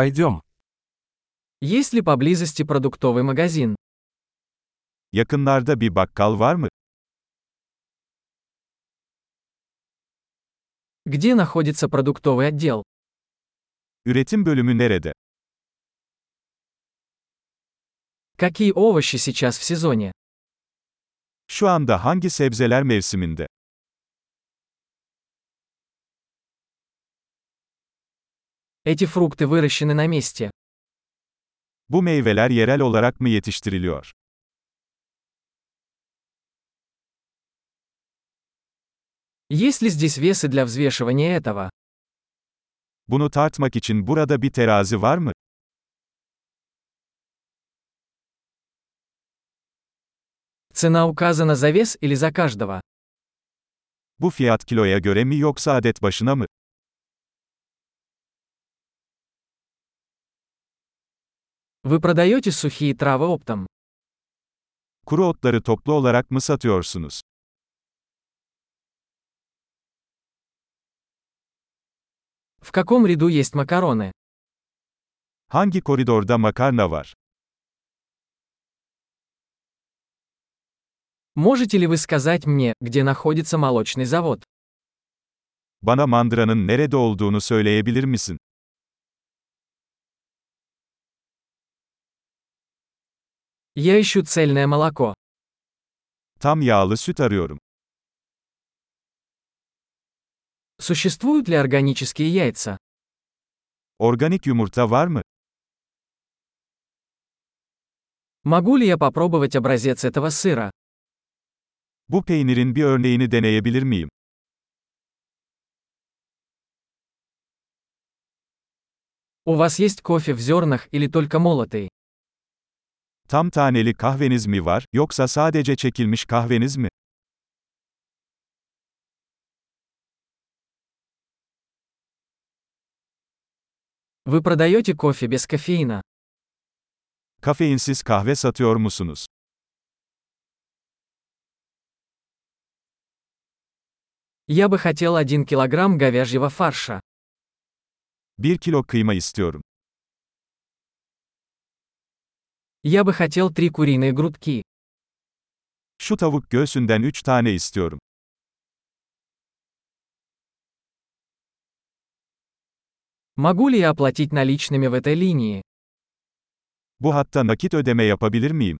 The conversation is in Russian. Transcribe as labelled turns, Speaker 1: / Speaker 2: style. Speaker 1: Пойдем.
Speaker 2: Есть ли поблизости продуктовый магазин?
Speaker 3: Yakınlarda bir bakkal var mı?
Speaker 2: Где находится продуктовый отдел?
Speaker 3: Üretim bölümü nerede?
Speaker 2: Какие овощи сейчас в сезоне?
Speaker 3: Şu anda hangi sebzeler mevsiminde?
Speaker 2: Эти фрукты выращены на месте.
Speaker 3: Bu meyveler yerel olarak mı yetiştiriliyor?
Speaker 2: Есть ли здесь весы для взвешивания этого?
Speaker 3: Bunu tartmak için burada bir terazi var mı?
Speaker 2: Цена указана за вес или за каждого?
Speaker 3: Bu fiyat kiloya göre mi yoksa adet başına mı?
Speaker 2: Вы продаете сухие травы оптом?
Speaker 3: Kuru otları toplu olarak mı satıyorsunuz?
Speaker 2: В каком ряду есть макароны?
Speaker 3: Hangi koridorda makarna var?
Speaker 2: Можете ли вы сказать мне, где находится молочный завод?
Speaker 3: Bana mandıranın nerede olduğunu söyleyebilir misin?
Speaker 2: Я ищу цельное молоко.
Speaker 3: Tam yağlı süt arıyorum.
Speaker 2: Существуют ли органические яйца?
Speaker 3: Organik yumurta var mı?
Speaker 2: Могу ли я попробовать образец этого сыра?
Speaker 3: Bu peynirin bir örneğini deneyebilir miyim?
Speaker 2: У вас есть кофе в зернах или только молотый?
Speaker 3: Tam taneli kahveniz mi var, yoksa sadece çekilmiş kahveniz mi?
Speaker 2: Вы продаете кофе без кофеина?
Speaker 3: Kafeinsiz kahve satıyor musunuz?
Speaker 2: Я бы хотел 1 килограмм говяжьего фарша.
Speaker 3: 1 kilo kıyma istiyorum.
Speaker 2: Я бы хотел 3 куриные грудки.
Speaker 3: Şu tavuk göğsünden 3 tane istiyorum.
Speaker 2: Могу ли я оплатить наличными в этой линии?
Speaker 3: Bu hatta nakit ödeme yapabilir miyim?